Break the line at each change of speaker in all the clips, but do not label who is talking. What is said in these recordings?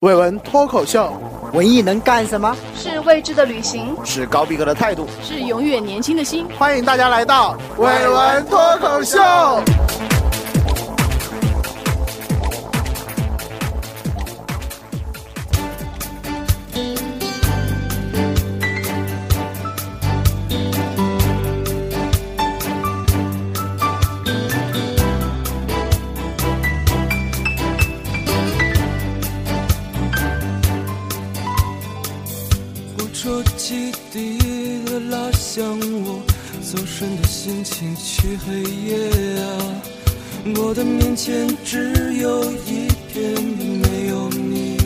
伟文脱口秀，
文艺能干什么？
是未知的旅行，
是高逼格的态度，
是永远年轻的心。
欢迎大家来到伟文脱口秀。
不出基地的拉响我走神的心情去黑夜啊，我的面前只有一片没有你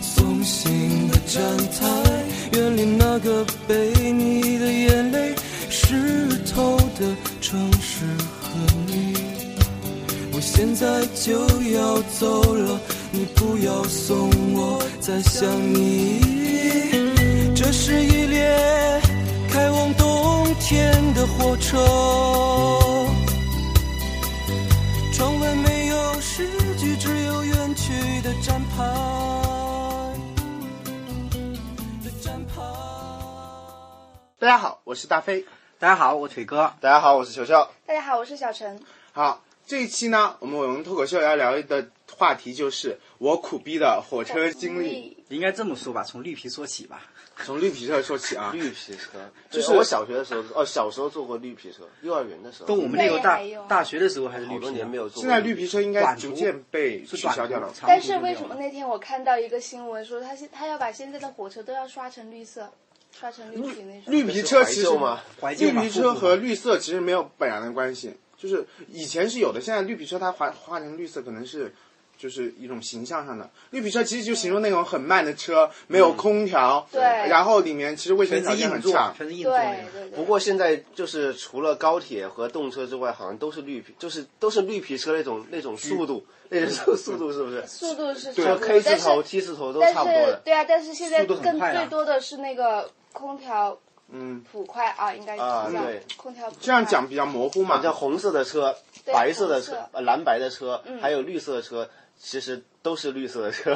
松醒的站台，远离那个被你的眼泪湿透的城市和你。我现在就要走了，你不要送我，再想你。这是一列开往冬天的火车，窗外没有诗句，只有远去的站牌。的站牌。
大家好，我是大飞。
大家好，我腿哥。
大家好，我是球球。
大家好，我是小陈。
好，这一期呢，我们我们脱口秀要聊的话题就是我苦逼的火车经
哦
历。
应该这么说吧，从绿皮说起吧。
从绿皮车说起啊，
绿皮车，
就
就是是我小学的时候，哦，小时候坐过绿皮车，幼儿园的时候，嗯
跟我们那个
现在
大
也有
大学的时候还是绿
好
皮
多
呢，
年没有坐过。
现在绿皮车应该
短途
逐渐被
是
取
短
消
途
掉了。
长途
但是
就没
为
有
什么
了
那天我看到一个新闻说他现他要把现在的火车都要刷成绿色，刷成绿皮那种。
绿皮车
怀
其实
旧吗
怀旧
绿
嘛
皮车和绿色其实没有本然的关系，就是以前是有的，现在绿皮车它画画成绿色，可能是就是一种形象上的。绿皮车其实就形容那种很慢的车，没有空调，
对
然后里面其实卫生
全
条
是
件
硬
很
座
差，，
全是硬座那
对
个。
对对。
不过现在就是除了高铁和动车之外，好像都是绿皮，就是都是绿皮车那种那种速度，那种速度是不是？
速度是
说
差不多
K 字
但
头、
是
T 字头都
但
差不多
是
的。
对啊，但是现在
速度很
更
快啊
最多的是那个空调
嗯，
普快啊，应该是
啊
这样
对，
空调普快
这样讲比较模糊嘛
好。像红色的车、
对
白色的
红色
车、呃蓝白的车，
嗯
还有绿色的车，其实都是绿色 的车。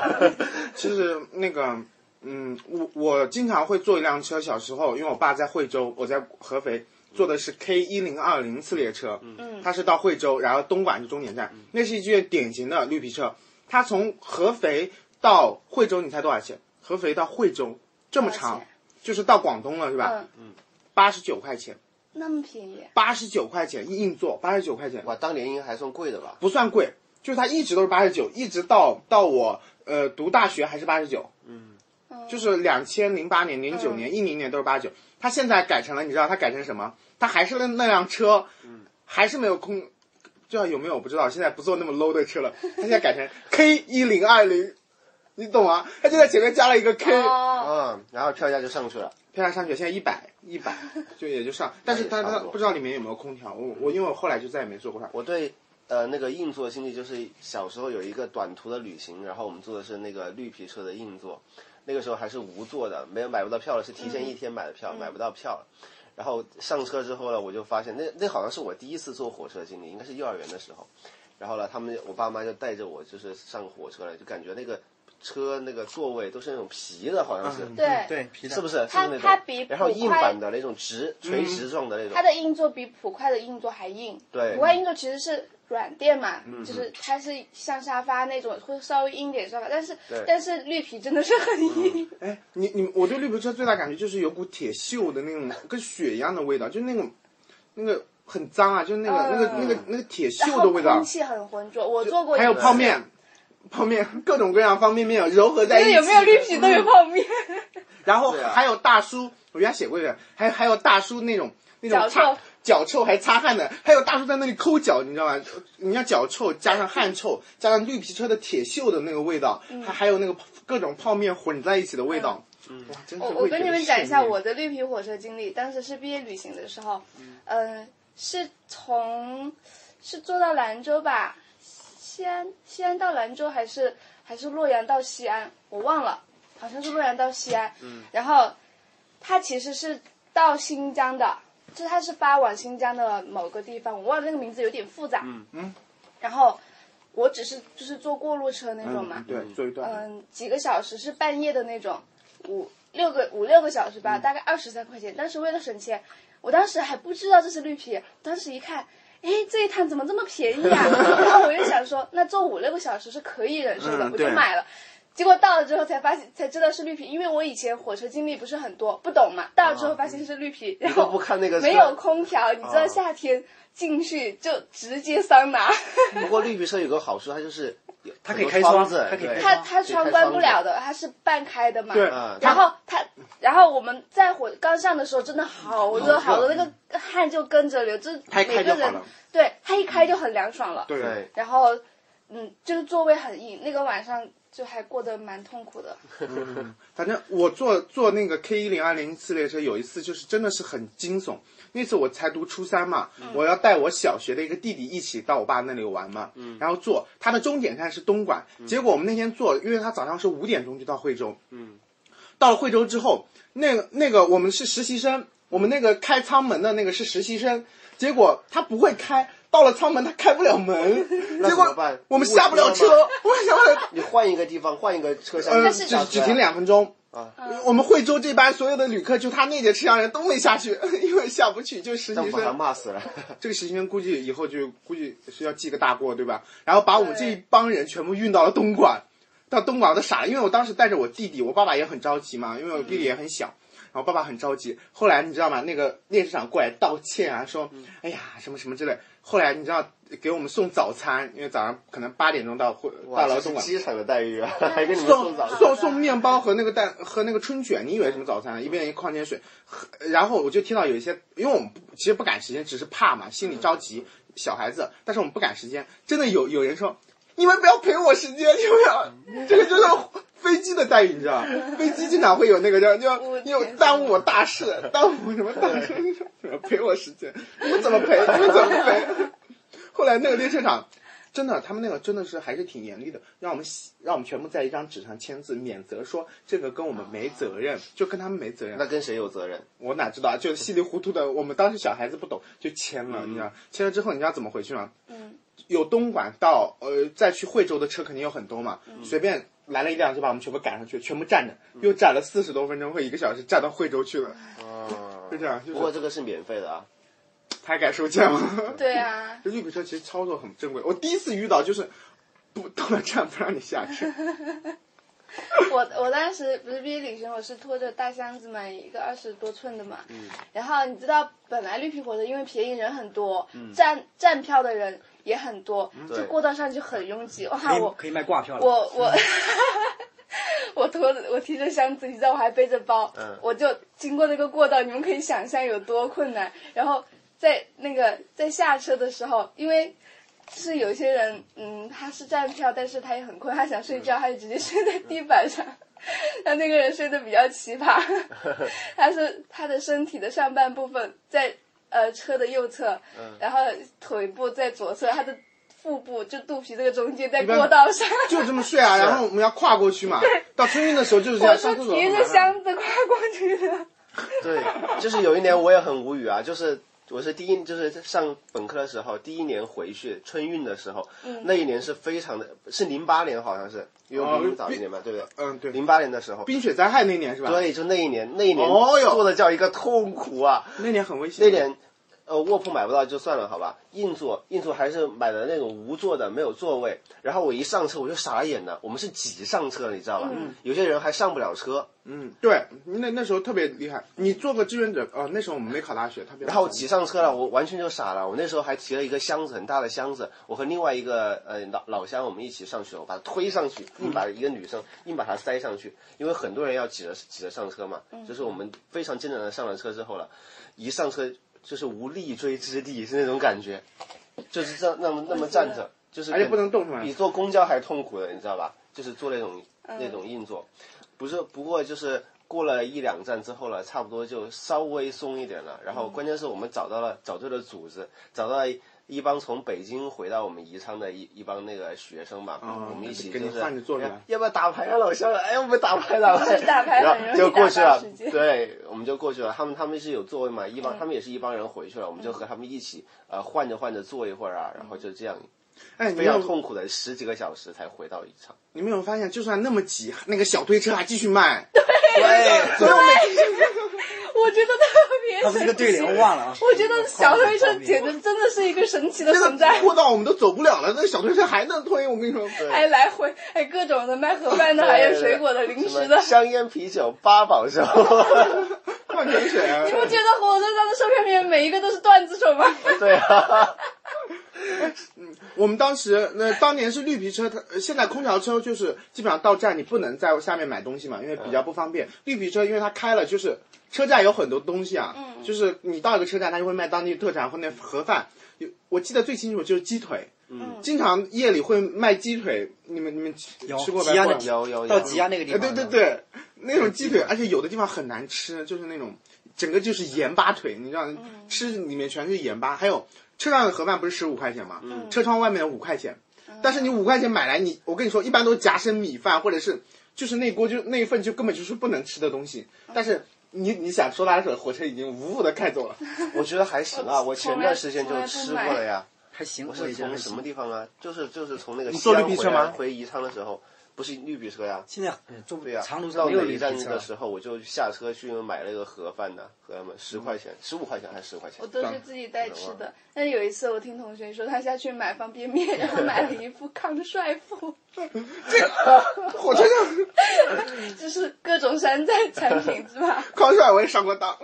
其实那个，嗯，我我经常会坐一辆车。小时候，因为我爸在惠州，我在合肥，坐的是 K 一零二零次列车。
嗯
它是到惠州，然后东莞是终点站，那是一节典型的绿皮车。它从合肥到惠州，你猜多少钱？合肥到惠州这么
多少
长
钱，
就是到广东了，是吧
嗯？，
八十九块钱，
那么便宜，
八十九块钱硬座，八十九块钱。
哇，当年应该还算贵的吧？
不算贵，就是它一直都是八十九，一直到到我呃读大学还是八十九，嗯，就是两千零八年、零九年、一零年都是八十九。它现在改成了，你知道它改成什么？它还是那那辆车，还是没有空，这有没有我不知道。现在不坐那么 low 的车了，它现在改成 K 一零二零，你懂吗？它就在前面加了一个 K，、
哦，
嗯，然后票价就上去了。
票价上去现在一百一百，就也就上，但是它
差
它
不多
不知道里面有没有空调。我我因为我后来就再也没坐过它。
我对呃那个硬座经历就是小时候有一个短途的旅行，然后我们坐的是那个绿皮车的硬座，那个时候还是无座的，没有买不到票了，是提前一
嗯
天买的票，买不到票了。然后上车之后呢，我就发现那那好像是我第一次坐火车经历，应该是幼儿园的时候。然后呢，他们我爸妈就带着我就是上火车了，就感觉那个车那个座位都是那种皮的，好像是。
嗯
对
对，皮的
是不是？是
它
不是
它
那
比
种，然后
普
硬
快
板的那种直垂直状的那种
它，的硬座比普快的硬座还硬。
对嗯
普快硬座其实是软垫嘛，就是它是像沙发那种，会稍微硬点沙发，但是
对嗯
但是绿皮真的是很硬。
哎，你你，我对绿皮车最大感觉就是有股铁锈的那种跟血一样的味道，就是那种那个很脏啊，就是那个、那个那个那个铁
嗯然
锈的
后
味道
空，气很浑浊，我做过一
还有
次
泡，面，泡面各种各样方便面揉合在一
对，
起，
有没有绿皮都有泡面，
然后
对啊
还有大叔，我原来写过一个，还还有大叔那种那种
脚
擦
臭
脚臭还擦汗的，还有大叔在那里抠脚，你知道吗？人家脚臭加上汗臭，加上绿皮车的铁锈的那个味道，
嗯
还、还有那个各种泡面混在一起的味道，哇，真是
我我
味觉
跟
的
你们讲一下
盛宴
我的绿皮火车经历，当时是毕业旅行的时候，嗯、是从是坐到兰州吧，西安西安到兰州还是还是洛阳到西安，我忘了，好像是洛阳到西安，
嗯
然后它其实是到新疆的，就它是发往新疆的某个地方，我忘了那个名字有点复杂，嗯
嗯
然后我只是就是坐过路车那种嘛，
嗯，对，做一段，
嗯，几个小时是半夜的那种，五六个五六个小时
嗯
吧，大概二十三块钱。但是为了省钱，我当时还不知道这是绿皮，当时一看，哎，这一趟怎么这么便宜啊？ 然后我就想说，那坐五六个小时是可以忍受的，
嗯
我就
对
买了。结果到了之后才发现，才知道是绿皮，因为我以前火车经历不是很多，不懂嘛。到了之后发现是绿皮，然
你都
后
不看啊嗯那个车
没有空调，你知道
啊
夏天进去就直接桑拿。
不过绿皮车有个好处，它就是有
它
很
可以
多
开窗
子，
它可以
对
开
它
窗
它窗关不了的，它是半开的嘛。
对
啊，
然后它，然后我们在火刚上的时候，真的好热好热，那个汗就跟着流，就是
嗯它一
每
开
个
就好
人
了，
对它一开就很凉爽了。
对，
对，
然后，嗯，这个座位很硬，那个晚上就还过得蛮痛苦的。
反正我坐坐那个 K 一零二零次列车，有一次就是真的是很惊悚。那次我才读初三嘛，
嗯
我要带我小学的一个弟弟一起到我爸那里玩嘛，
嗯
然后坐他的终点站是东莞，结果我们那天坐，因为他早上是五点钟就到惠州，
嗯
到了惠州之后，那个那个我们是实习生，我们那个开舱门的那个是实习生，结果他不会开，到了舱门他开不了门，
那
结
怎么
果
办？
我们下不了车，
误
我们下不了。
你换一个地方，换一个车厢，
呃，
是
只
找
只
车
停两分钟。
啊
我们惠州这班所有的旅客，就他那节车厢人都没下去， 因为下不去，就实
让
习
把他
生。
骂死了。
这个实习生估计以后就估计是要记个大过，对吧？然后把我们这一帮人全部运到了东莞，到东莞我都傻了，因为我当时带着我弟弟，我爸爸也很着急嘛，因为我弟
嗯
弟也很小。然后爸爸很着急，后来你知道吗？那个列车长过来道歉啊，说，
嗯
哎呀，什么什么之类。后来你知道给我们送早餐，因为早上可能八点钟到会
哇，
到了
这
东
是
莞，
机场的 待遇啊，还给你们
送
送早餐。
送送面包和那个蛋和那个春卷，你以为什么早餐啊？一边一矿泉水，喝然后我就听到有一些，因为我们不其实不赶时间，只是怕嘛，心里着急，小孩子，但是我们不赶时间，真的有有人说，你们不要陪我时间，你们要，这个就是。飞机的待遇你知道吧，飞机经常会有那个叫叫
我
又耽误我大事，耽误我什么大事？ 什么陪我时间，你们怎么陪？你们怎么陪？后来那个列车长真的，他们那个真的是还是挺严厉的，让我们写让我们全部在一张纸上签字，免责说这个跟我们没责任，就跟他们没责任
那。跟谁有责任？
我哪知道啊？就稀里糊涂的，我们当时小孩子不懂，就签了，你知道？签了之后，你知道怎么回去吗？
嗯，
有东莞到呃再去惠州的车肯定有很多嘛，随便来了一辆就把我们全部赶上去，全部站着，又站了四十多分钟或一个小时，站到惠州去了，
啊
就这样。
不过
就是
这个是免费的啊，
他还敢收钱吗？
对 啊，
这绿皮车其实操作很珍贵，我第一次遇到就是不到了站不让你下去。
我我当时不是毕业旅行，我是拖着大箱子嘛，一个二十多寸的嘛。然后你知道，本来绿皮火车因为便宜人很多，站站票的人也很多，就
对
过道上就很拥挤。哇，
可以
我
可以卖挂票了。
我我 我拖着我提着箱子，你知道我还背着包，
嗯
我就经过那个过道，你们可以想象有多困难。然后在那个在下车的时候，因为。是有些人，嗯，他是站票，但是他也很困，他想睡觉，他就直接睡在地板上。 但那个人睡得比较奇葩，他是他的身体的上半部分在呃车的右侧，然后腿部在左侧，他的腹部就肚皮这个中间在
般
过道上。
就这么睡啊，然后我们要跨过去嘛。到春运的时候就是这
我
样，
是
上厕所
提
很麻
着
烦。
箱子跨过去的。
对，就是有一年我也很无语啊，就是我是第一，就是上本科的时候，第一年回去春运的时候，那一年是非常的，是零八年好像是，因为我比你早一年嘛，对不对？
嗯，对，
零八年的时候，
冰雪灾害那年是吧？，
对，就那一年，那一年
哦哟
做的叫一个痛苦啊，
那年很危险。
那年。呃，卧铺买不到就算了，好吧。硬座，硬座还是买的那种无座的，没有座位。然后我一上车我就傻眼了，我们是挤上车的，你知道吧？有些人还上不了车，
嗯，对，那那时候特别厉害。你做个志愿者，哦，那时候我们没考大学，特别。
然后挤上车
嗯
了，我完全就傻了。我那时候还提了一个箱子，很大的箱子，我和另外一个呃老老乡我们一起上去了，我把他推上去，硬把
嗯
一个女生硬把她塞上去，因为很多人要挤着挤着上车嘛。
嗯
就是我们非常艰难的上了车之后了，一上车就是无立锥之地，是那种感觉，就是这样那么那么站着，就是
而且不能动弹
比坐公交还痛苦的，你知道吧？就是坐那种
嗯
那种硬座，不是不过就是过了一两站之后了，差不多就稍微松一点了。然
嗯
后关键是我们找到了找对了组织，找到一一帮从北京回到我们宜昌的一一帮那个学生吧，
啊
我们一起
给
就
你
是
换着坐着
哎
来
要不要打牌啊，老乡？哎，我们打 牌打牌，
打牌
然
很容
后
易
就过去
打发
了
时间，嗯
对，我们就过去了。他们他们是有座位嘛，一帮他们也是一帮人回去了，我们就和他们一起呃换着换着坐一会儿啊，然后就这样
哎，
嗯
你没
非
有
常痛苦的十几个小时才回到一场。
你没有发现，就算那么挤，那个小推车还继续 卖。
哎
对，
所以我每
我觉得特别
他们这个对联我忘了啊。
我觉得小推车简直真的是一个神奇的存在
那个，过道我们都走不了了，那个小推车还能推，我跟你说。
还来回哎各种的卖盒饭的，还有水果的、零食的。
香烟、啤酒、八 宝粥。
矿泉水啊
你，不觉得火车上的售票员每一个都是段子手 吗？
对啊，
我们当时那当年是绿皮车，它呃现在空调车就是基本上到站你不能在下面买东西嘛，因为比较不方便。绿皮车因为它开了，就是车站有很多东西啊，就是你到一个车站，它就会卖当地特产或那盒饭。有我记得最清楚就是鸡腿，嗯，经常夜里会卖鸡腿，你们你们吃
有
吃过
吉
没
安？的鸡
有有有。
到吉安那个地
哎，
方，
对对，对，那种鸡腿，而且有的地方很难吃，就是那种整个就是盐巴腿，你知
嗯
道，吃里面全是盐巴。还有车上的盒饭不是十五块钱吗？
嗯
车窗外面的五块钱，但是你五块钱买来，你我跟你说，一般都是夹生米饭或者是就是那锅就那一份就根本就是不能吃的东西，
嗯
但是。你你想说拉手，火车已经无无的开走了，
我觉得还行啊，我前段时间就吃过了呀。
还行，
我
我
是
也觉得
从
还
什
行
么？地方啊？就是就是从那个
你
西
坐
安
绿皮
回
车
来
吗
回宜昌的时候，不是绿皮车呀。
现在嗯坐不
对呀、
长途上
到
没有
哪
绿
一站
皮车
的
了，
时候，我就下车去买了一个盒饭呢，盒饭十块钱、十五块钱还是十块
哦
钱
我？都是自己带吃的。但有一次我听同学说，他下去买方便面，然后买了一副康帅傅，
火车上
就是各种山寨产品是 吧？
康帅我也上过当，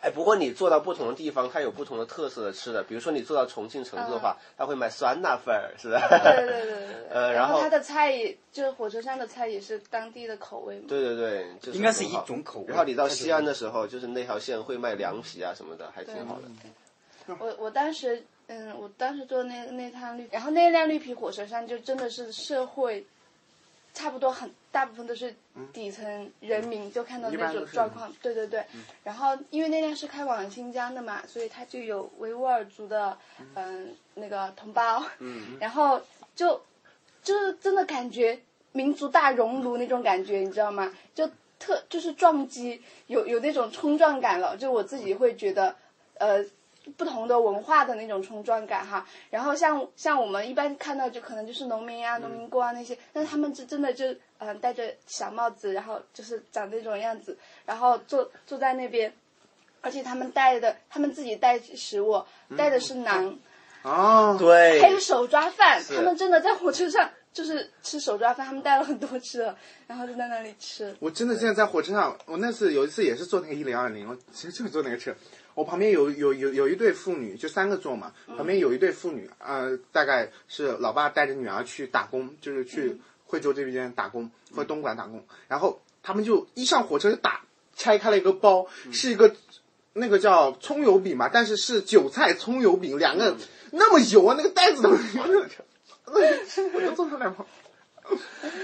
哎，不过你坐到不同的地方，它有不同的特色的吃的。比如说你坐到重庆、成都的话，他会买酸辣粉儿，是吧？
嗯对对对对对。
呃然
然
后
他的菜也就是火车上的菜也是当地的口味嘛。
对对对，就是
应该是
很好
一种口味
然后你到西安的时候，就是那条线会卖凉皮啊什么的，还挺好的。
我我当时，嗯，我当时坐那那趟绿，然后那辆绿皮火车上就真的是社会，差不多很大部分都是底层人民，就看到
嗯一般
那种
都是嗯
状况，对对对。然后因为那辆是开往新疆的嘛，所以他就有维吾尔族的，嗯、那个同胞，
嗯
然后就就是真的感觉民族大熔炉那种感觉，你知道吗？就特就是撞击，有有那种冲撞感了，就我自己会觉得，呃。不同的文化的那种冲撞感哈，然后像像我们一般看到就可能就是农
嗯
民啊、农民工啊那些，但他们是真的就嗯、呃戴着小帽子，然后就是长那种样子，然后坐坐在那边，而且他们带的他们自己带食物，
嗯
带的是馕，
啊，
哎
还
对
有，手抓饭，他们真的在火车上就是吃手抓饭，他们带了很多吃的，然后就在那里吃。
我真的现在在火车上，我那次有一次也是坐那个一零二零，我其实就是坐那个车，我旁边有有有有一对妇女，就三个座嘛，旁边有一对妇女，呃，大概是老爸带着女儿去打工，就是去惠州这边打工或东莞打工，然后他们就一上火车就打拆开了一个包，是一个那个叫葱油饼嘛，但是是韭菜葱油饼，两个那么油啊，那个袋子都，我就坐上来跑。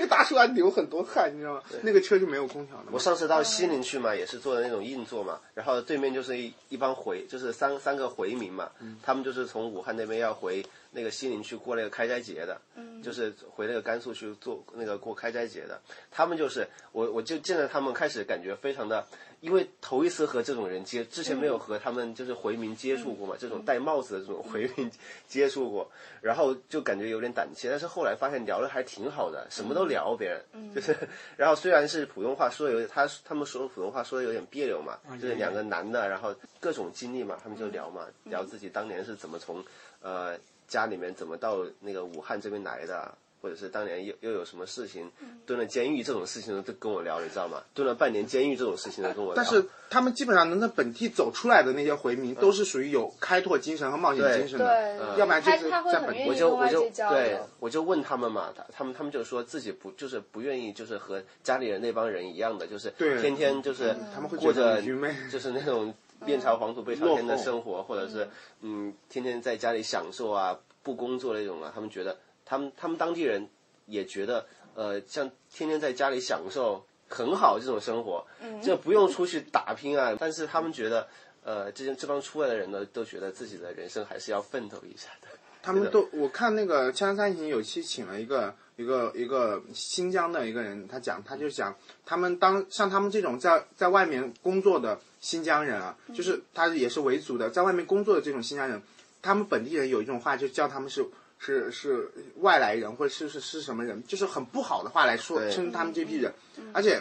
那大叔还流很多汗，你知道吗？那个车就没有空调的嘛。
我上次到西宁去嘛，也是坐的那种硬座嘛，然后对面就是一一帮回，就是三三个回民嘛，他们就是从武汉那边要回那个西宁去过那个开斋节的，就是回那个甘肃去做那个过开斋节的，他们就是我我就见到他们开始感觉非常的，因为头一次和这种人接，之前没有和他们就是回民接触过嘛，这种戴帽子的这种回民接触过，然后就感觉有点胆怯，但是后来发现聊的还挺好的，什么都聊别人， 就是，然后虽然是普通话说的有点，他他们说普通话说的有点别扭嘛，就是两个男的，然后各种经历嘛，他们就聊嘛，聊自己当年是怎么从呃家里面怎么到那个武汉这边来的。或者是当年又又有什么事情，蹲了监狱这种事情都跟我聊，你知道吗？蹲了半年监狱这种事情都跟我聊。
但是他们基本上能在本地走出来的那些回
嗯
民，都是属于有开拓精神和冒险精神
对
的。，要不然就
他
是
他会
在
很
本
愿
我
意
我就
跟
我
外
就
界交
对
流。，
我就问他们嘛，他他们他们就说自己不就是不愿意，就是和家里人那帮人一样的，就是
对嗯
天天就是
他们会
过
觉得
着
很愚昧
就是那种面朝黄土背朝天的
落后
生活，或者是嗯天天在家里享受啊，不工作那种啊，他们觉得他们他们当地人也觉得呃像天天在家里享受很好这种生活，
嗯
就不用出去打拼啊，但是他们觉得。呃，这些这帮出来的人呢，都觉得自己的人生还是要奋斗一下的。
他们都，我看那个《锵锵三人行》有期请了一个一个一个新疆的一个人，他讲，他就讲他们当像他们这种在在外面工作的新疆人啊，
嗯
就是他也是维族的，在外面工作的这种新疆人，他们本地人有一种话就叫他们是是是外来人，或者是是是什么人，就是很不好的话来说
对嗯
称他们这批人，而且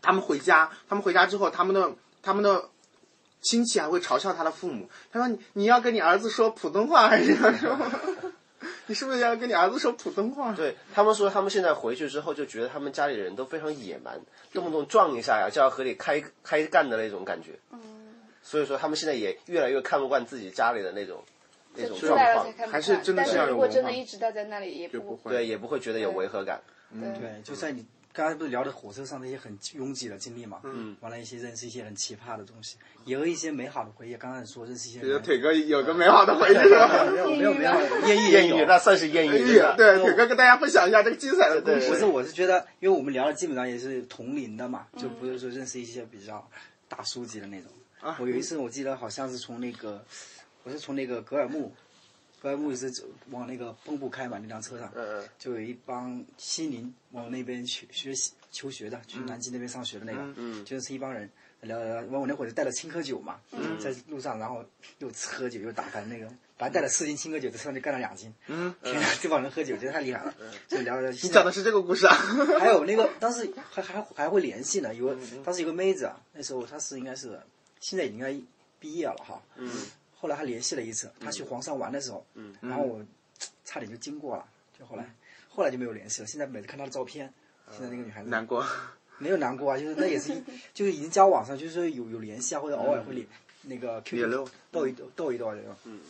他们回家，他们回家之后，他们的他们的亲戚啊还会嘲笑他的父母，他说你你要跟你儿子说普通话还是要说， 你是不是要跟你儿子说普通话？
对他们说，他们现在回去之后就觉得他们家里人都非常野蛮，动不动撞一下呀就要和你开开干的那种感觉。嗯，所以说他们现在也越来越看不惯自己家里的那种那
就
种
出
状
来了才
况，
看不
还是
惯
真的
但
是
是
要有
如果
文
真的
化
一直待在那里，也
就不嗯
不
会
对，也不会觉得有违和感。
对。
对，就在你刚才不是聊的火车上那些很拥挤的经历嘛，嗯，完了一些认识一些很奇葩的东西，也有一些美好的回忆。刚才你说认识一些
觉得
人，
腿哥有个美好的回忆是吧？
没有没有没 有艳遇也
艳遇
有。
那算是艳遇，真的
哎 对，腿哥跟大家分享一下这个精彩的故
不是，
事。
我是觉得，因为我们聊的基本上也是同龄的嘛，
嗯
就不是说认识一些比较大叔级的那种。
啊
我有一次我记得好像是从那个，我是从那个格尔木，格尔木是走往那个蚌埠开嘛，那辆车上，
嗯嗯
就有一帮西宁往那边学学习求学的，去南京那边上学的那个，
嗯
就是一帮人。聊聊聊，完我那会儿就带了青稞酒嘛，
嗯
在路上，然后又吃喝酒又打翻那个，反正带了四斤青稞酒，在车上就干了两斤。嗯，天啊，这帮人喝酒真的太厉害了，
嗯
就聊聊。
你讲的是这个故 事啊？
还有那个当时还还还会联系呢，有个当时有个妹子啊，那时候她是应该是现在应该毕业了哈，嗯，后来她联系了一次，她去黄山玩的时候，嗯，然后我差点就经过了，就后来后来就没有联系了，现在每次看她的照片。现在那个女孩子
难过，
没有难过 啊，就是那也是一就是已经交往上，就是说有有联系啊，或者偶尔会联那个 QQ
溜
斗一斗斗一斗这种，嗯，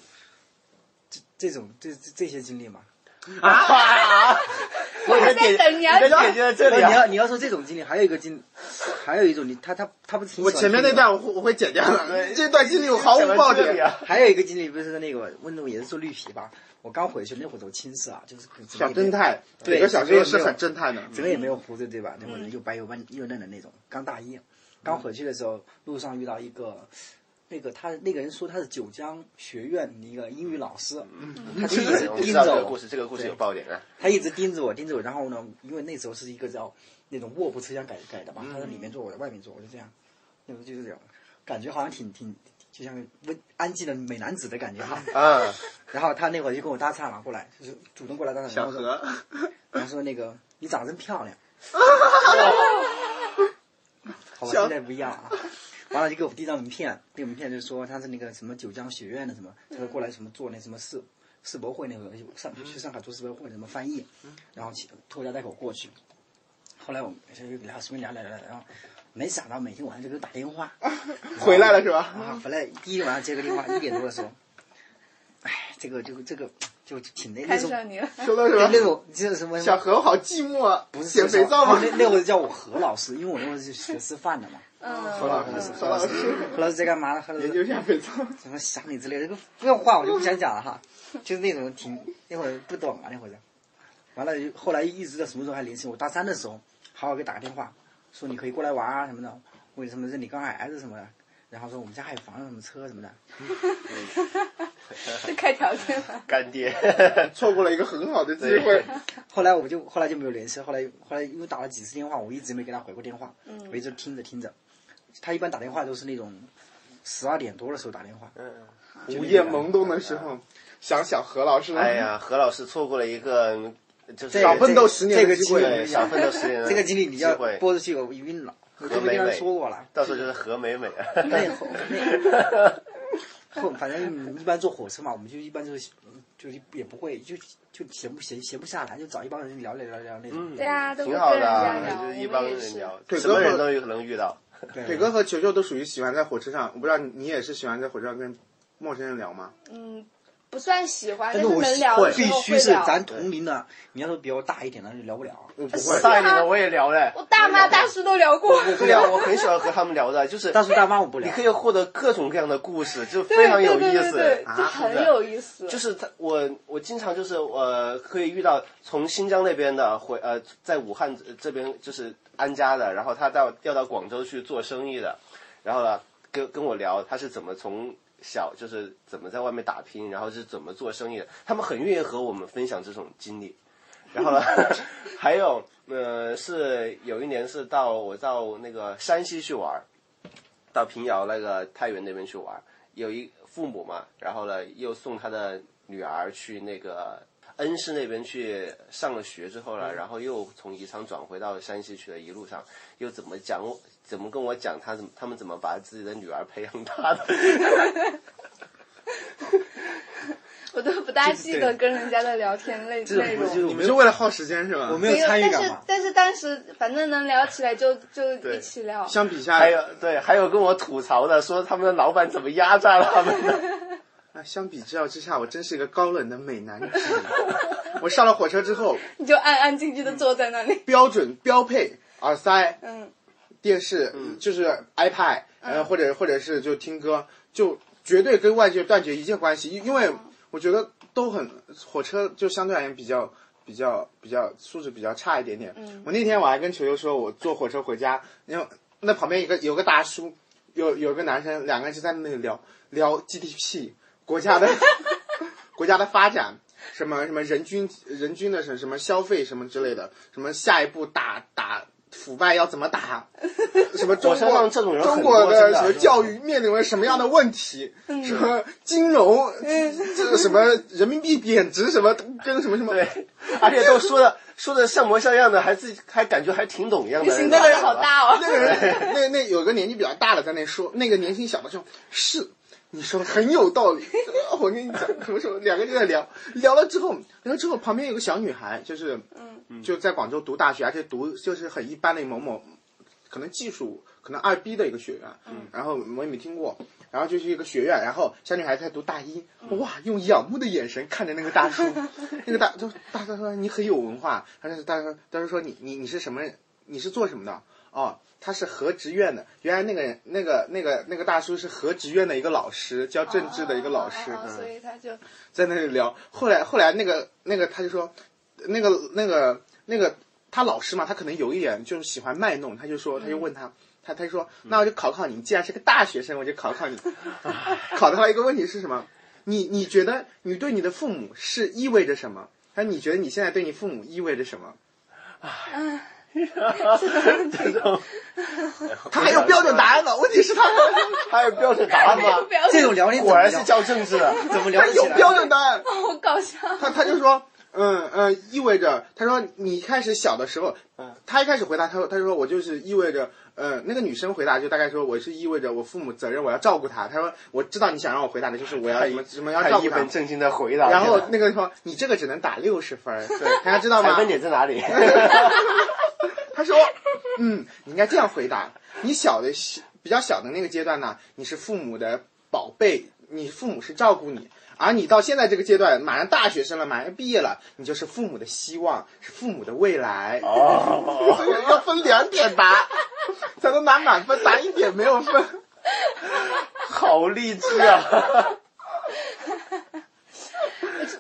这这种这这这些经历嘛，
啊 我以为点
在等你啊
你的点就在这
你
里啊。
要你要说这种经历，还有一个经，还有一种你他他他不是挺
我
喜欢
前面那
听的吗
段我会我会剪掉的，这段经历我毫无爆
讲到这里
点。
啊，
还有一个经历不是那个温度也是做绿皮吧？我刚回去那会儿走青涩啊，就是
小正，太，嗯
对
腿哥小时候是很正太的。
整个也没有胡子对吧？那会儿又白又嫩又嫩的那种，刚大一，刚回去的时候路上遇到一个。那个他那个人说他是九江学院的一个英语老师，
嗯
他就一直
我知
盯
道这
着
个
我
故，事，这个故事有爆点啊。
他一直盯着我，盯着我，然后呢，因为那时候是一个叫那种卧铺车厢改改的嘛，
嗯
他在里面坐，我在外面坐，我就这样，那时候就是这样，感觉好像挺挺，就像温安静的美男子的感 觉哈。
啊，
然后他那会儿就跟我搭讪了，过来就是主动过来搭讪，然
啊
小
后说
何，
然后说那个你长得真漂亮，好吧，
小
现在不一样啊。完了就给我递张名片，那个名片就说他是那个什么九江学院的什么，他说过来什么做那什么世世博会那个上去上海做世博会什么翻译，然后起拖家带口过去。后来我们就聊随便聊聊聊聊，然后没想到每天晚上就给我打电话，
回来了是吧？
啊，本来第一晚上接个电话一点多的时候，哎，这个这个这个就挺那 那
看
时候
上你了，
说到
对那
什么？
种就是什么
小何我好寂寞啊，
不是
减肥皂
吗
吗？？
那那会儿叫我何老师，因为我那会儿是学师范的嘛。
嗯，
何老师，
何老师
何老师在干嘛呢？何老
研究
师
一下肥皂。
什么想你之类的，这个不用换，我就不想讲了哈。就是那种挺那会儿不懂啊，那会儿就。完了，后来一直到什么时候还联系我？大三的时候，好好给打个电话，说你可以过来玩啊什么的，为什么认你刚癌子什么的，然后说我们家还有房什么车什么的，
是开条件了。
干爹，
错过了一个很好的机会，
后来我就后来就没有联系，后来后来因为打了几次电话，我一直没给他回过电话，我一直听着听着，他一般打电话都是那种十二点多的时候打电话，
嗯
午夜懵懂的时候，想想何老师，
哎，呀，何老师错过了一个就是
这个
少奋斗十年的
这个
机会
经历
对少奋斗十年的
这个经历你要
机会
播出去，我晕了，我都没跟他说过了。
到时候就是何美美。
那后那后，反正一般坐火车嘛，我们就一般就是就是也不会就就闲不闲闲不下来，就找一帮人聊聊聊聊那种。
嗯
对啊，都不跟
挺好
人
的
家
啊，
聊，
就是一
我
帮
们也
人
是。
聊，
对
什么
哥
人
哥
都有可能遇到。
对
腿哥和球球都属于喜欢在火车上，我不知道你也是喜欢在火车上跟陌生人聊吗？
嗯，不算喜欢，
但
但
是我
能聊的时
必
候
须
会
是
聊。
咱同龄的，你要说比我大一点的就聊不了。
我不会，
大一点的我也聊嘞，
我大妈大叔都聊过，
对呀，我很喜欢和他们聊的，就是
大叔大妈我不聊
你可以获得各种各样的故事，就
对
非常有
对
意
对对对
思。啊
就很有意思。
就是他，我我经常就是呃，可以遇到从新疆那边的回呃，在武汉这边就是安家的，然后他到调到广州去做生意的，然后呢跟跟我聊他是怎么从小就是怎么在外面打拼，然后是怎么做生意的，他们很愿意和我们分享这种经历。然后呢，还有呃，是有一年是到我到那个山西去玩儿，到平遥那个太原那边去玩儿，有一父母嘛，然后呢又送他的女儿去那个恩施那边去上了学之后
嗯
呢，然后又从宜昌转回到山西去的，一路上又怎么讲我，怎么跟我讲他怎么他们怎么把自己的女儿培养大的，
我都不大记得跟人家的聊天内
这
内
不
容。
是
你们是为了耗时间是吧？
我没
没有，
有参与
但
感
是
嘛。
但是当时反正能聊起来就就
对
一起聊。
相比下
还有对，还有跟我吐槽的，说他们的老板怎么压榨他们的。
啊，相比之较之下，我真是一个高冷的美男子。 我上了火车之后，
你就安安静静的坐在那里。
标准标配耳塞、
嗯，
电视，就是 iPad，呃，或者或者是就听歌，就绝对跟外界断绝一切关系，因因为我觉得都很火车就相对而言比较。比较比较素质比较差一点点。我那天我还跟球球说，我坐火车回家，因为那旁边一个有个大叔，有有个男生，两个人就在那里聊聊 GDP 国家的国家的发展，什么什么人均人均的什什么消费什么之类的，什么下一步打打腐败要怎么打，什么中
我身
国
上这种人
中
很多啊
国
真
的
的
什么教育面临了什么样的问题，什么金融这什么人民币贬值什么跟什么什么。
对，而且都说的说的像模像样的，还自己还感觉还挺懂一样的。
心脏好大哦。
那个人，那那有个年纪比较大的在那说，那个年轻小的说，是，你说的很有道理。 我跟你讲，什么时候两个人在聊，聊了之后，聊了之后旁边有个小女孩，就是，就在广州读大学，而且读就是很一般的某某，可能技术可能二 B 的一个学院，然后我也没听过。然后就去一个学院，然后小女孩在读大一，哇，用仰慕的眼神看着那个大叔，那个大就大叔说你很有文化，他说大叔大叔说你你你是什么人？你是做什么的？哦，他是核职院的。原来那个人那个那个那个大叔是核职院的一个老师，教政治的一个老师，
哦哦哦
嗯
所以他 就
在那里聊。后来后来那个那个他就说，那个那个那个他老师嘛，他可能有一点就是喜欢卖弄，他就
嗯
说他就问他。他他就说，那我就考考你，既然是个大学生，我就考 考你。考到了一个问题是什么？你你觉得你对你的父母是意味着什么？他说你觉得你现在对你父母意味着什么？
这种，
他还有标准答案呢。问题是他
还有标准答案吗？
不要
这种聊天怎
果
么
然
聊
是？教政治的。
怎么聊
他
得起
有
来？
标准答案。
好搞笑。
他他就说，嗯嗯，意味着他说你一开始小的时候，
嗯
他一开始回答他说他说我就是意味着，呃，那个女生回答就大概说我是意味着我父母责任，我要照顾他。他说我知道你想让我回答的就是我要什么什么要
还
照
一
顾他
本。正经的回答。
然后那个说你这个只能打六十分儿，对，大家知道
采
吗
分？点在哪里？
他说，嗯，你应该这样回答：你小的比较小的那个阶段呢，你是父母的宝贝，你父母是照顾你；而你到现在这个阶段，马上大学生了，马上毕业了，你就是父母的希望，是父母的未来。
哦，
所以要分两点答，才能拿满分，答一点没有分。
好励志啊！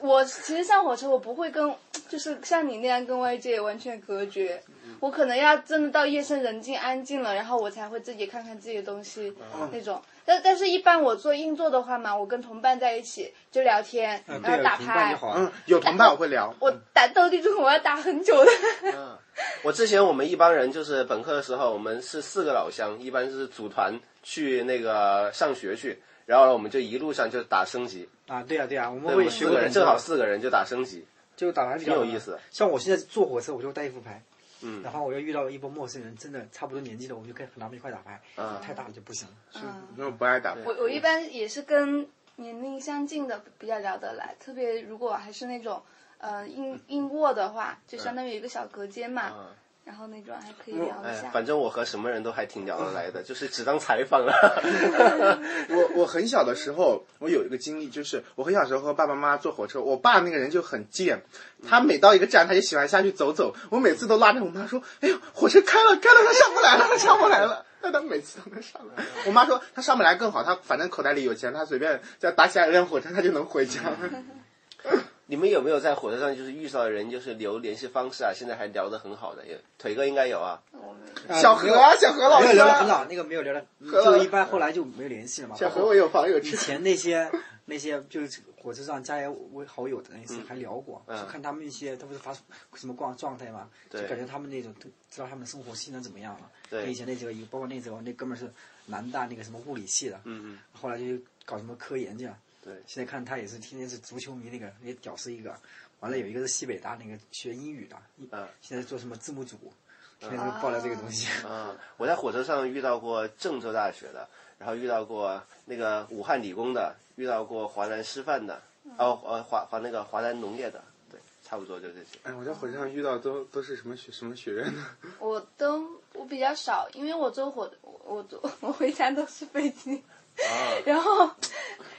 我其实上火车，我不会跟，就是像你那样跟外界完全隔绝。
嗯
我可能要真的到夜深人静、安静了，然后我才会自己看看自己的东西、
嗯
那种。但但是，一般我做硬座的话嘛，我跟同伴在一起就聊天，
嗯，
然
对，
后打
有同伴
牌
就。好了。
嗯，有同伴我会聊。
我打斗地主，我要打很久的。
我之前我们一帮人就是本科的时候，我们是四个老乡，一般是组团去那个上学去，然后呢我们就一路上就打升级，
啊，对啊，对啊，我们
对，
我
我
也
们四
学过
个
本
人
子
正好四个人就打升级，
就打牌比较啊
挺有意思的。
像我现在坐火车，我就带一副牌，
嗯
然后我又遇到一波陌生人，真的差不多年纪的，我就跟和他们一块打牌，太大了就不行了。
嗯
因为我不爱打牌，
我我一般也是跟年龄相近的比较聊得来，特别如果还是那种呃
嗯
硬硬卧的话，就相当于一个小隔间嘛，
嗯
然后那种还可以聊一
哎
下。，
反正我和什么人都还挺聊得来的，就是只当采访了。
我我很小的时候，我有一个经历，就是我很小时候和爸爸妈妈坐火车，我爸那个人就很贱，他每到一个站，他就喜欢下去走走。我每次都拉着我妈说：“哎呦，火车开了，开了，他上不来了，他上不来了。”但他每次都能上来。我妈说他上不来更好，他反正口袋里有钱，他随便再打起来一辆火车，他就能回 家。
你们有没有在火车上就是遇到人就是留联系方式啊？现在还聊得很好的，有腿哥应该有啊。
我们
小何啊，小何老
呃没有
师
聊得很
啊，
好，那个没有聊得，
何老
就一般，后来就没有联系了嘛。
小何我有房有
以
车。
前那些那些就是火车上加我好友的那些还聊过，
嗯
就看他们一些，他不是发什么状状态嘛，就
对
感觉他们那种都知道他们生活现在怎么样了。
对
那以前那几个，啊包括那几个那哥们儿是南大那个什么物理系的，
嗯嗯，
后来就搞什么科研去了。
对
现在看他也是天天是足球迷那个也屌丝一个，完了有一个是西北大那个学英语的，一
嗯
现在做什么字幕组，现在就爆料这个东西。
嗯，我在火车上遇到过郑州大学的，然后遇到过那个武汉理工的，遇到过华南师范的，
嗯
哦呃华华那个华南农业的，对，差不多就这些。
哎，我在火车上遇到都都是什么学什么学院的？
我都我比较少，因为我坐火我我坐 我回家都是飞机，然后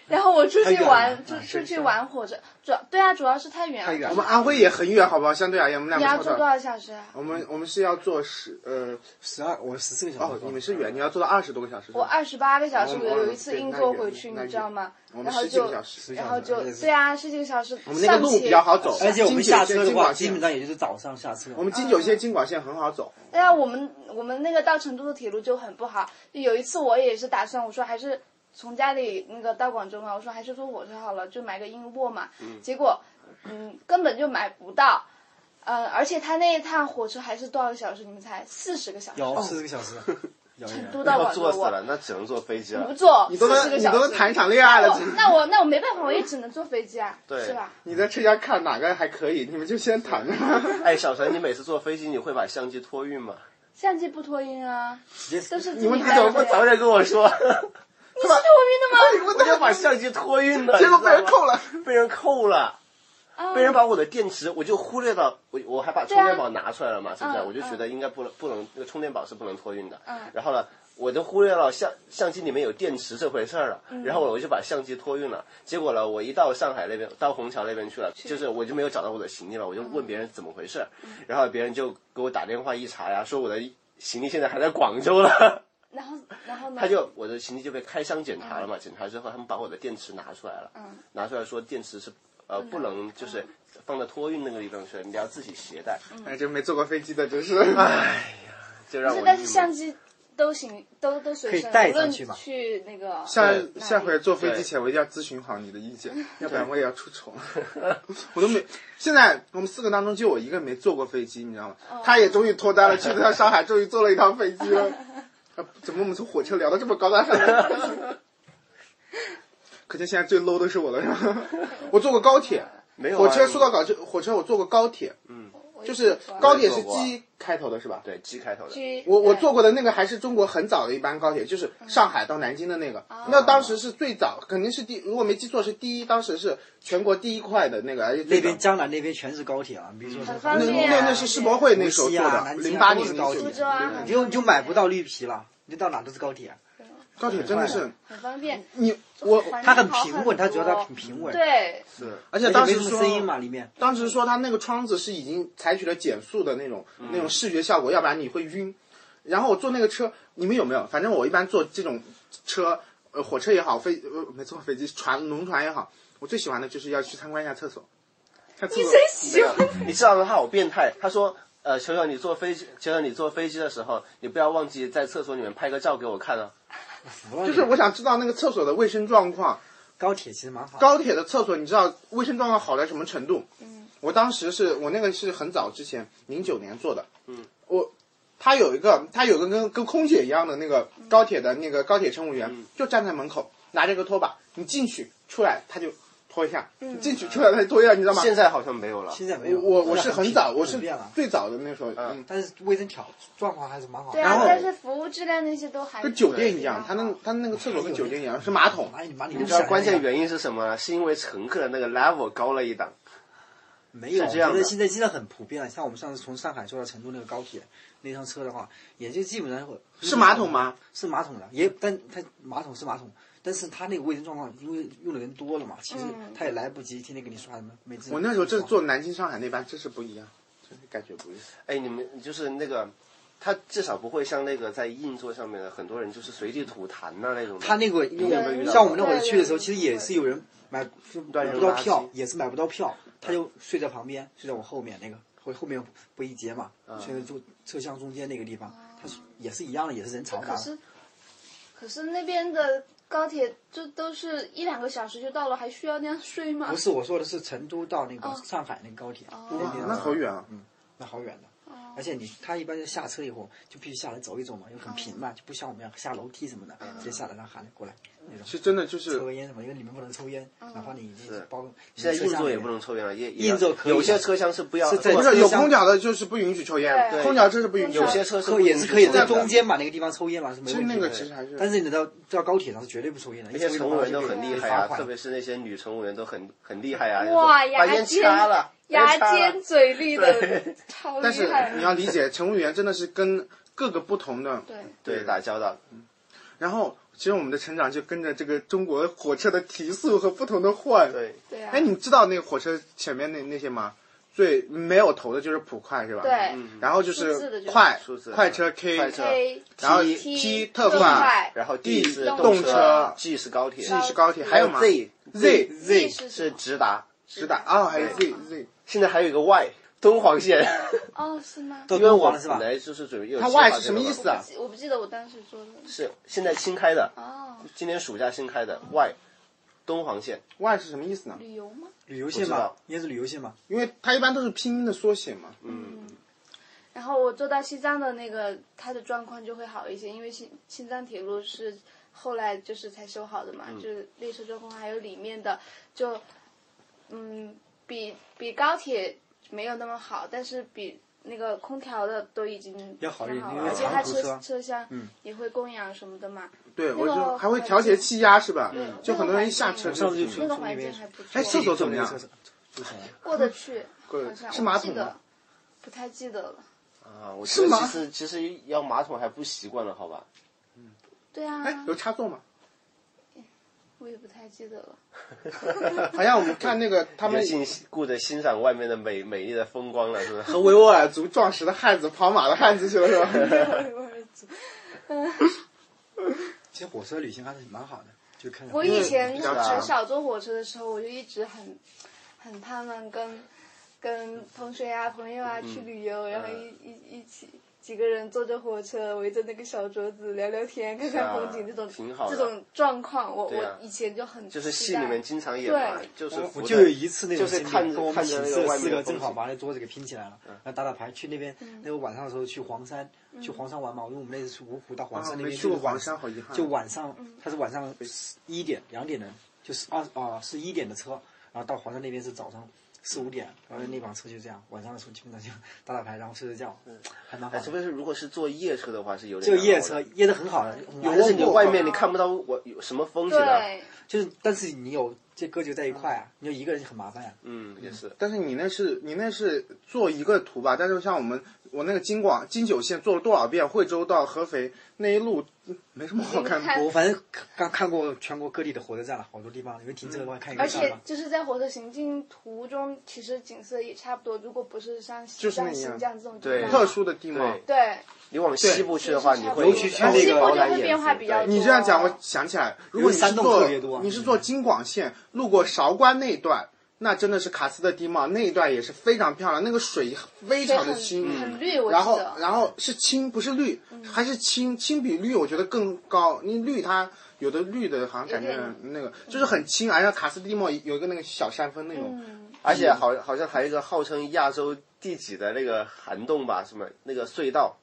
然后我出
啊太
去
远了
玩
啊
就
真
出去
是
玩火车，主要对啊，主要是太远了，
太远了，我们安徽也很远，好不好？相对而言，我们两
你
个
要
坐
坐
到
多少小时啊？
我们我们是要坐十呃
十二，我十四个小时
哦
到。，
你们是远，你要坐到二十多个小时是吧。
我二十八个小时，
我
我
们
有一次
哦对
硬
那
座
远
回去，
那
你知道
远
吗？
我们
然后
十几个
就
小时，
然后就
那是
对啊，十几个小时。
我们那个
上
路
去
比较好走，哎
而且我们下车的
京
话，
广
基本
线，
上也就是早上下车。
我们京九线、京广线很好走。
对啊，我们我们那个到成都的铁路就很不好。有一次我也是打算，我说还是从家里那个到广州啊嘛，我说还是坐火车好了，就买个英卧嘛。结果，嗯，根本就买不到。呃，而且他那一趟火车还是多少个小时？你们猜？四十个小时。
哦
有四十 个小时，有有
成都到
要
广州
坐死
我
了，那只能坐飞机
不
了。
坐，
你都
四十
能
个
你
小
都能
时
谈一场恋爱了，
我那我那我没办法，我也只能坐飞机啊，
对
是吧？
你在车下看哪个还可以，你们就先谈着。
哎，小陈，你每次坐飞机，你会把相机托运吗？
相机不托运啊，都是自 己
你问他
带
怎么
的
不
哎呀
早点跟我说，
你是托运的吗？
我 要把相机托运的，
结果被人扣
了，
了，
被人扣
啊
了。被人把我的电池，我就忽略到我，我还把充电宝拿出来了嘛，是不是？
嗯
我就觉得应该不能不能，那个充电宝是不能托运的。
嗯
然后呢，我就忽略了相相机里面有电池这回事儿了，
嗯
然后我就把相机托运了。结果呢，我一到上海那边，到虹桥那边去了，就是我就没有找到我的行李嘛，我就问别人怎么回事，
嗯
然后别人就给我打电话一查呀，说我的行李现在还在广州了。
然后然后呢？
他就我的行李就被开箱检查了嘛，检查之后他们把我的电池拿出来了，
嗯
拿出来说电池是呃不能就是放到托运那个地方去，你要自己携带，
哎，这没坐过飞机的真是。哎
就
不
让
是
我，
但是相机都行，都都随身，
可以带
无论
上去嘛
去那个
下
对
下回坐飞机前，我一定要咨询好你的意见，要不然我也要出 丑。我都没，现在我们四个当中就我一个没坐过飞机，你知道吗？他也终于脱单了，去了趟上海，终于坐了一趟飞机了。啊怎么我们从火车聊到这么高大上呢？ 可见现在最 low 的是我了，是吧？我坐过高铁，
没有啊
火车说到搞就火车，我坐过高铁，
我
就
也
是
坐过
高铁是
我也坐过啊
G 开头的是吧？
对 G 开头 的，
G，
我我
对嗯
坐过的那个还是中国很早的一班高铁，就是上海到南京的那个。
哦
那当时是最早，肯定是第，如果没记错是第一，当时是全国第一快的那个。而且最
那
早
边江南那边全是高铁啊，比如说
很
是
方
那
便
那
啊
那那是世博会那时候坐
无锡啊
的，
南京
零
啊
八
都
年
是
零
高
九
铁
苏
年
州啊，很
你就你就买不到绿皮了，你到哪都是高铁。
高铁真的是
很方便，
你我，
环境
它很
好
平稳，它主要它
多
很平稳，
对，
而且
而且
当
没
时
什么
说
声音嘛，里面
当时说他那个窗子是已经采取了减速的那种、那种视觉效果，要不然你会晕。然后我坐那个车，你们有没有？反正我一般坐这种车，呃，火车也好，飞呃没坐过飞机，船农船也好，我最喜欢的就是要去参观一下厕所。看厕所，
喜欢
你知道吗？他好变态，他说。呃，球球，你坐飞机，球球，你坐飞机的时候，你不要忘记在厕所里面拍个照给我看啊！
服了你。
就是我想知道那个厕所的卫生状况。
高铁其实蛮好的。
高铁的厕所，你知道卫生状况好到什么程度？嗯，我当时是我那个是很早之前，零九年做的。嗯，我他有一个他有个跟跟空姐一样的那个高铁的那个高铁乘务员，就站在门口拿着个拖把，你进去出来他就拖一下，你进去出来他就拖一下，你知道吗？
现在好像没有了，
现在没有，
我我我是很早，
平
我是
普遍了，
最早的那时候，
嗯
嗯，
但是卫生条状况还是蛮好的。
对
然
啊，
后
但是服务质量那些都还
跟酒店一样
对，
他那他那个厕所跟酒店一样是马桶，
蚂蚁蚂蚁，
你知
啊
道关键原因是什么？是因为乘客的那个 level 高了一档，
没有，
是这样
我
的
觉得现在现在很普遍了。像我们上次从上海坐到成都那个高铁那趟车的话，也就基本上会
是马桶吗？
是马桶的，也但它马桶是马桶，但是它那个卫生状况，因为用的人多了嘛，
嗯
其实他也来不及天天给你刷什么，每次
我那时候
就
正坐南京上海那班，真是不一样，真是感觉不一样。
哎，你们就是那个，他至少不会像那个在硬座上面的很多人就是随地吐痰呐、那种的。
他那个
有
因
没有遇
为
到
像我们那会儿
对
去的时候，
对
其实也是有人买就
乱
买
扔
不到
垃圾
票，也是买不到票，他就睡在旁边，睡在我后面那个后后面不一节嘛，睡在就车厢中间那个地方，他是也是一样的，也是人嘈
啊可
杂。
是可是那边的高铁就都是一两个小时就到了，还需要那样睡吗
不？是我说的是成都到那个
啊哦
上海那个高铁，那
哇
边，
那好远啊！
哦
那好远的。而且你他一般是下车以后就必须下来走一走嘛，又很平
哦
嘛，就不像我们要下楼梯什么的，
嗯
直接下来让喊过来那种。
是真的就是
抽根烟什么，因为你们不能抽烟，
哦
哪怕你
是
包括
现在
车
硬
厢
座
里
也
面
不能抽烟了，也
硬座可以
有些车厢是不要，
是在
不
不
是
车
有
厢
空调的，就是不允许抽烟，
对
空调真是不允许。
有些车是
可
不
以也
允
是
许
可以
抽
在
烟的
中间嘛那个地方抽烟嘛是没
其实
问
那
题
个
的。
其实还是，
但是你到到高铁上是绝对不抽烟的，
那
一
些乘
抽烟的
务
话
员
就
都很
被
厉害
罚
啊，
款
特别是那些女乘务员都很很厉害啊，
哇，
有时候把
牙
烟
尖
掐了，
牙
烟掐了
尖嘴利的
对，
超
但
厉
是
害
你
的。
要理解，乘务员真的是跟各个不同的。
对，
对打交道，
然后，其实我们的成长就跟着这个中国火车的提速和不同的换。。
对，
对啊
哎，，你知道那个火车前面那那些吗？最没有头的就是普快是吧？
对。。
然后就
数字
是
的就是
快
嗯数字
快车 K，
快车
K
然后
T-
T
特
特
快
快
然后 D 是
动
动
车
，G 是高铁
，G 是高铁，
T
还有吗
Z
Z
Z
是
是什
是
么
直达，
直达啊，还有 Z Z，
现在还有一个 Y 东黄线，
哦，是吗？
都
因为
都
我
黄了是吧
本？来就是准备有
它
计划
Y
这
是什么
个嘛
意思啊？
我不记得我当时做的。
是现在新开的，
哦，
今年暑假新开的 Y 东黄线，
？Y 是什么意思呢？
旅游吗？
旅游线
不知
嘛
道，
应该是旅游线嘛。
因为它一般都是拼音的缩写嘛。
嗯
然后我坐到西藏的那个，它的状况就会好一些，因为西青藏铁路是后来就是才修好的嘛，
嗯
就是列车状况还有里面的，就嗯，比比高铁没有那么好，但是比那个空调的都已经
要好一
挺
点
好
因
了，
为
而且它
长途车
车车厢
嗯
也会供氧什么的嘛，
对，我
那个
就还会调节气压是吧？
嗯
就很多人一下车
我上
就
那
次就
个
从那
环境
边
还不
哎厕
错，
所怎么样
坐那个车上坐下来
过得去，
过得
好像
是马
我记
桶吗
得，不太记得了。
啊，我
是
觉得
吗
其实其实要马桶还不习惯了，好吧？
对
哎
啊，
有插座吗？
我也不太记得了。
好像我们看那个他
他
们
们尽顾着欣赏外面的美美丽的风光了，是不是？
和维吾尔族壮实的汉子跑马的汉子去了是吧？
其实火车旅行还是蛮好的，就看着
我以前
比较
很
长
少坐火车的时候，我就一直很很盼望跟跟同学啊、朋友
嗯
啊去旅游，然后一一一起。几个人坐着火车，围着那个小桌子聊聊天，看看
啊
风景，这种
挺好
这
的
种状况，我、
对啊
我以前就很
就是
期
戏里
待
面经常演嘛
对，
就是
我
扶
我
着
就有一次那种
就是
经历
看着
跟我们
看着
寝
那
室
个外
四
面
个
的嗯
正
风
好
景，
把那桌子给拼起来了，然后打打牌去那边。那个晚上的时候去黄山，去黄山玩嘛，因为我们那次去芜湖到黄山
啊
那
没
边
去
就是
过黄
晚
山好
啊
遗憾
就晚上它是晚上一点两点的，就是二啊是一点的车，然后到黄山那边是早上。四五点，然后
嗯
那帮车就这样，晚上的时候基本上就打打牌，然后睡睡觉，还蛮好
哎，
的。
除非是如果是坐夜车的话，是有点
就夜
难
车
熬的，
夜的很好的，有
但是你
我
外面你看不到我有什么风景啊。
对，
就是，但是你有这哥就在一块啊，你就一个人就很麻烦呀、
嗯，也是。
但是你那是你那是做一个图吧？但是像我们我那个京广京九线做了多少遍，惠州到合肥那一路嗯没什么好看的。
看
我反正刚看过全国各地的火车站了，好多地方，有停车的话看一
而
个站
且
嘛。
就是在火车行进途中，其实景色也差不多。如果不是像西
就是那
藏、
样
新疆这种地
对
方，
特殊的地貌
对，
对，
你往西部去的话，你会
尤其去那个
西部
欧
就
莱
会
雅
变化比较多
你这样讲，我想起来，如果你是
山洞特别
坐
多啊
你是坐京广线路过韶关那一段，那真的是卡斯特地貌那一段也是非常漂亮，那个水非
水
常的
很
清，
很绿，我
然
记
后
得。嗯
然后是青不是绿，还是青青比绿我觉得更高，因为绿它有的绿的好像感觉
有点
那个就是很青，而且卡斯蒂莫有一个那个小山峰那种，
嗯，
而且好好像还有一个号称亚洲第几的那个涵洞吧，什么那个隧道，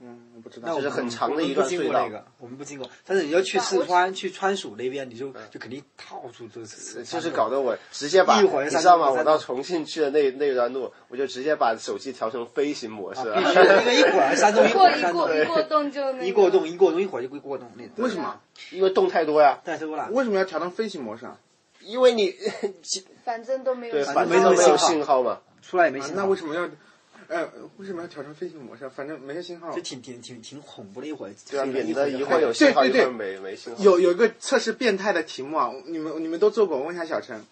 嗯，我不知
那
道，
我
就
就是很
们
长的
我们
一段
不经过
隧道
那个，我们不经过。但是你要去
哇
四
我
川、去川蜀那边，你就就肯定到处都是。
嗯就是搞得我直接把，
一会儿
你
山
知道
洞
吗？
山
我到
洞
重庆去的那那段路，我就直接把手机调成飞行模式啊
必须那个一会儿山东，一会
过
儿
一
山
过
东，
一过洞就那个
一过洞，一过洞，一会儿就过过洞那种。
为什
啊
么
因为洞太多呀，
带车了？
为什么要调成飞行模式啊？
因为你
反正都没有
对
信
正
号。
反
没什
正
么
没
信
有
号
信号嘛，
出来也没
啊
信号。
那为什么要？呃，为什么要调成飞行模式啊？反正没信号
就。挺挺挺挺恐怖的？一会儿
对啊，免得一
一
会儿
儿
有信号，
对
一
对
会儿没没信号。
有有一个测试变态的题目啊，你们你们都做过，我问一下小陈。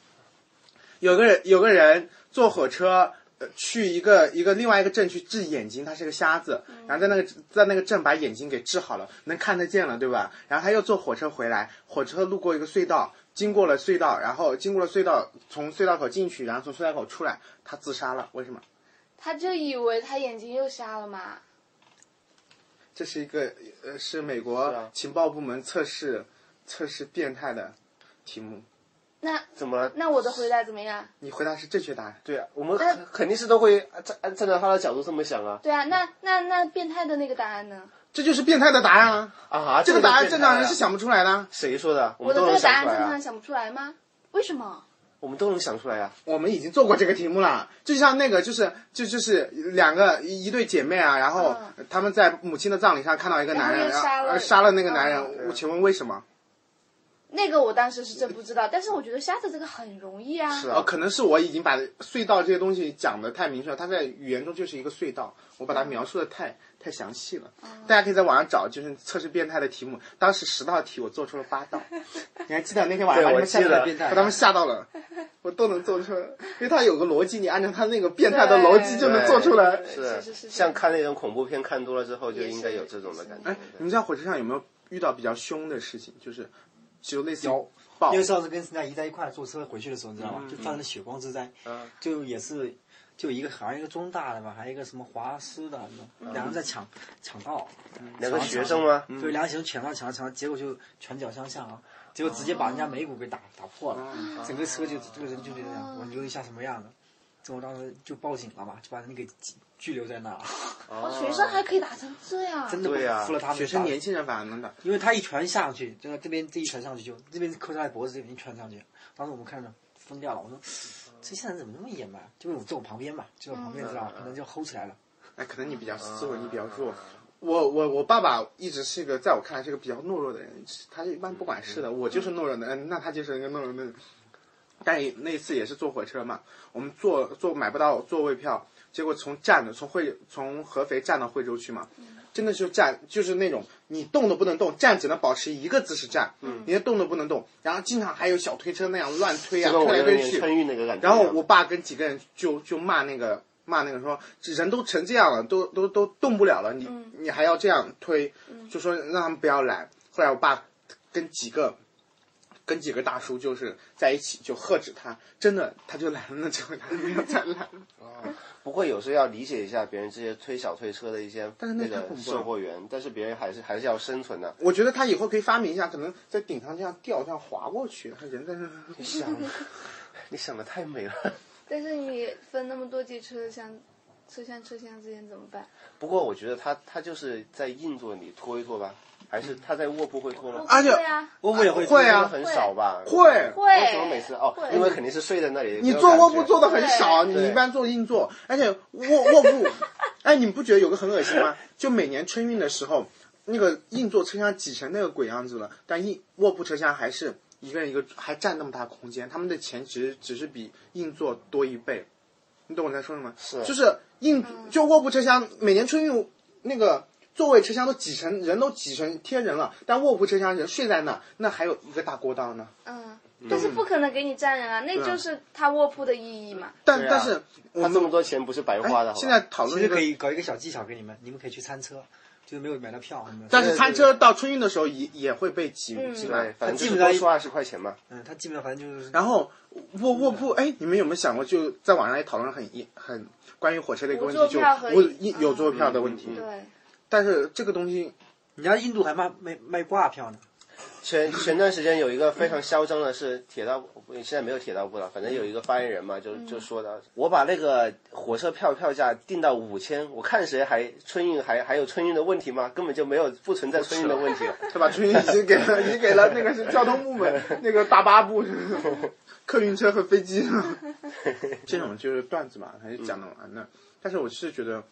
有个人有个人坐火车。呃，去一个一个另外一个镇去治眼睛，他是个瞎子，然后在那个在那个镇把眼睛给治好了，能看得见了，对吧？然后他又坐火车回来，火车路过一个隧道，经过了隧道，然后经过了隧道，从隧道口进去，然后从隧道口出来，他自杀了，为什么？
他就以为他眼睛又瞎了嘛。
这是一个呃，是美国
是啊
情报部门测试测试变态的题目。
那
怎么？
那我的回答怎么样？
你回答是正确答案。
对啊，我们
但
肯肯定是都会按站按站在他的角度这么想啊
对啊，那那那变态的那个答案呢？
这就是变态的答案啊！
啊！
这个答案正常人是
想
想不出来的。啊
谁说的？我
我
们
的
都
这
能
个答
想
案
出来
正常
啊！
想不出来吗？为什么？
我们都能想出来啊！
我们已经做过这个题目了，就像那个就是就就是两个一一对姐妹啊，然后他们在母亲的葬礼上看到一个男人，
嗯然
然
后又杀了
后呃杀了那个男人，
嗯
我请问为什么？
那个我当时是真不知道，但是我觉得瞎子这个很容易啊。
是
哦，
啊，
可能是我已经把隧道这些东西讲的太明确了，它在语言中就是一个隧道，我把它
嗯
描述的太太详细了。
哦
大家可以在网上找，就是测试变态的题目。当时十道题我做出了八 道，你还记得那天晚上把他
对我
们吓
记得
到，把他们吓到了，我都能做出来，因为它有个逻辑，你按照它那个变态的逻辑就能做出来。
是是是，
像看那种恐怖片看多了之后，就
也
应该
是
有这种的感觉
哎。，你们在火车上有没有遇到比较凶的事情？就是就类似于
有
爆
因为上次跟陈大姨在一块坐车回去的时候，你知道
嗯
吧？就发生了血光之灾，就也是就一个好像一个中大的吧，还有一个什么华师的，
嗯
两人在抢抢道，
两个学生吗？
对，两个学生抢道抢道抢道，结果就拳脚相向啊，结果直接把人家眉骨给打打破了，
嗯
整个车就这个人就这样，我留一下什么样子？这我当时就报警了嘛，就把人给拘拘留在那儿了，
哦，学生还可以打成这样，
真的
啊对啊
服了他们
学生
打
年轻人反而能打，
因为他一拳下去，就是这边这一拳上去就这边扣下来脖子，这边一拳上去，当时我们看着疯掉了，我说这现在人怎么那么野蛮？就我坐我旁边嘛，就在我旁边知道吧，可能就吼起来了。
哎，可能你比较思维，你比较弱。我我我爸爸一直是一个在我看来是个比较懦弱的人，他是一般不管事的，我就是懦弱的，嗯，那他就是一个懦弱的人。但也那一次也是坐火车嘛，我们坐坐买不到座位票，结果从站的从惠从合肥站到惠州去嘛，真的就站就是那种你动都不能动，站只能保持一个姿势站，嗯，你连动都不能动，然后经常还有小推车那样乱推啊，
就跟我
推来
有
推去
点，春运那个感觉一
然
样。
后我爸跟几个人就就骂那个骂那个说，人都成这样了，都都都动不了了，你、你还要这样推，就说让他们不要来。后来我爸跟几个跟几个大叔就是在一起就喝止他，真的他就来了，那之后他没有再来了。
不过有时候要理解一下别人这些推小推车的一些
但是那
那
太
个
恐怖了
售货员，但是别人还是还是要生存的。
我觉得他以后可以发明一下，可能在顶上这样吊，这样滑过去，他人在那
你想，你想的太美了。
但是你分那么多节车厢，车厢车厢之间怎么办？
不过我觉得他他就是在硬座里拖一拖吧，还是他在卧铺会拖吗？
而且
对啊，
我我也会
会
拖
啊
得，很少吧？
会
会
为什么每次哦
会？
因为肯定是睡在那里。
你
没有
坐卧
感
铺
觉
坐的很少，
对
你一般坐硬座，而且卧卧 铺，哎，你们不觉得有个很恶心吗？就每年春运的时候，那个硬座车厢挤成那个鬼样子了，但硬卧铺车厢还是一个人一个还占那么大空间，他们的钱只只是比硬座多一倍，你懂我在说什么？
是嗯
就是硬就卧铺车厢每年春运那个。座位车厢都挤成人都挤成贴人了，但卧铺车厢人睡在那，那还有一个大过道呢。
嗯，但是不可能给你站人啊，那就是他卧铺的意义嘛。
但、
对啊
但是我
他
们哎
这么多钱不是白花的。好吧
现在讨
其
论
实
这个
可以搞一个小技巧给你们，你们可以去餐车，就是没有买到票，你们
但是餐车到春运的时候也也会被挤
嗯
挤满
对，。反正就
基
是
本上
多收二十块钱嘛。
嗯，他基本上反正就是
然后卧卧铺，哎，你们有没有想过，就在网上也讨论很一很关于火车的一个问题，
无座
就
票和嗯
我有座票的问题。
对，
但是这个东西，
人家印度还卖卖卖挂票呢，
前前段时间有一个非常嚣张的是铁道部，现在没有铁道部了，反正有一个发言人嘛，就
嗯
就说的，我把那个火车票票价定到五千，我看谁还春运还还有春运的问题吗？根本就没有不存在春运的问题了。
对吧？春运已经给了，已经给了那个是交通部门那个大巴部，客运车和飞机。 这种就是段子嘛，还是讲得完的。但是我是觉得，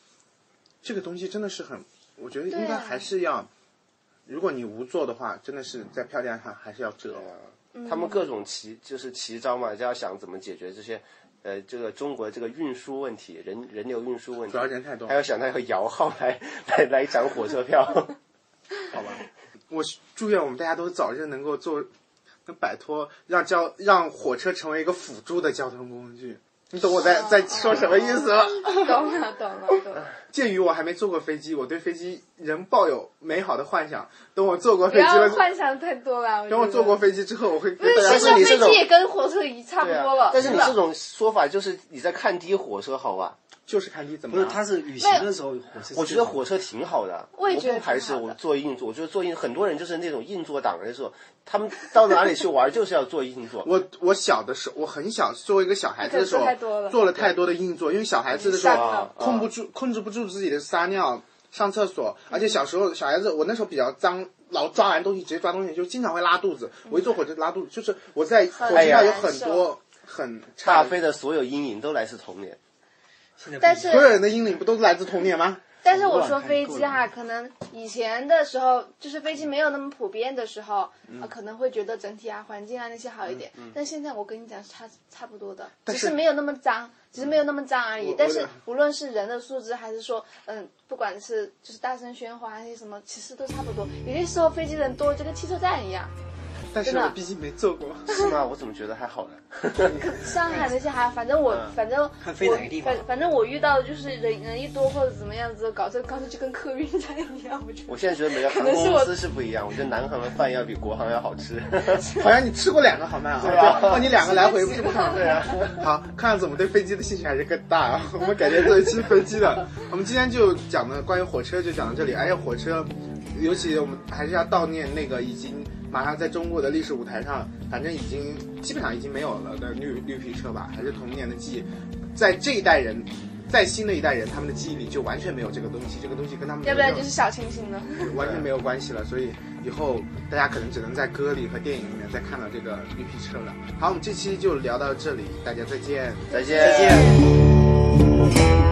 这个东西真的是很，我觉得应
对
该
啊
还是要，如果你无座的话，真的是在票价上还是要折。 哦
他们各种奇就是奇招嘛，就要想怎么解决这些，呃，这个中国这个运输问题，人人流运输问题，
主要人太多
还要想到要摇号来来来涨火车 票，
我是祝愿我们大家都早日能够做，能摆脱让交让火车成为一个辅助的交通工具。你懂我在
啊
在说什么意思了？
懂了懂了懂了。
鉴于我还没坐过飞机，我对飞机仍抱有美好的幻想。等我坐过
不
飞机
要
了，
幻想太多了。
等我坐过飞机之后，我会
不
跟大
是
家
现
啊但
说
在
是你这
飞
种
机也跟火车一差不
对
多
啊
了，，
但是你
吧
这种说法就是你在看低火车好吧？
就是看你怎么
不
了。
是，他是旅行的时候火车。
我觉得火车挺好的，
我也觉得
不排斥
挺好
我
的
做硬座。我觉得做硬，很多人就是那种硬座党的时候，他们到哪里去玩就是要做硬座。啊
我我小的时候，我很小，作为一个小孩子的时
你
候
可能做太多了，
做了太多的硬座，因为小孩子的时
你上
啊
候
了
控不住、控制不住自己的撒尿、上厕所，而且小时候小孩子，我那时候比较脏，老抓完东西直接抓东西，就经常会拉肚子。我一坐火车拉肚子，就是我在火车上有很多很差
大
的
飞的所有阴影都来自童年。
现在不
但
一
是
样
所有人的阴影不都是来自童年吗？
但是我说飞机哈，可能以前的时候，就是飞机没有那么普遍的时候，啊、
嗯
可能会觉得整体啊、环境啊那些好一点。但现在我跟你讲，差差不多的，只是没有那么脏，只是没有那么脏而已。但是无论是人的素质，还是说，嗯，不管是就是大声喧哗还是什么，其实都差不多。有些时候飞机人多，就跟汽车站一样。
但是
真的
我毕竟没坐 过。
是吗？我怎么觉得还好呢？
上海那些还，反正我反正
嗯看飞哪个地方
我反反正我遇到的就是人人一多或者怎么样子，搞这搞这就跟客运站一样，我觉得。
我现在觉得每个航
能
空
是我
公司是不一样，我觉得南航的饭要比国航要好吃。
好像你吃过两个好吗？对
啊
哦，你两个来回不是不好。
对啊，
好，看样子我们对飞机的兴趣还是更大啊。 我们改天做一期飞机的。 我们今天就讲的关于火车就讲到这里。哎呀，火车，尤其我们还是要悼念那个已经马上在中国的历史舞台上，反正已经基本上已经没有了的绿绿皮车吧，还是童年的记忆，在这一代人。在新的一代人，他们的记忆里就完全没有这个东西，这个东西跟他们没
要
有
不然就是小清新了。
完全没有关系了，所以以后大家可能只能在歌里和电影里面再看到这个绿皮车了。好，我们这期就聊到这里，大家再见。
再见。
见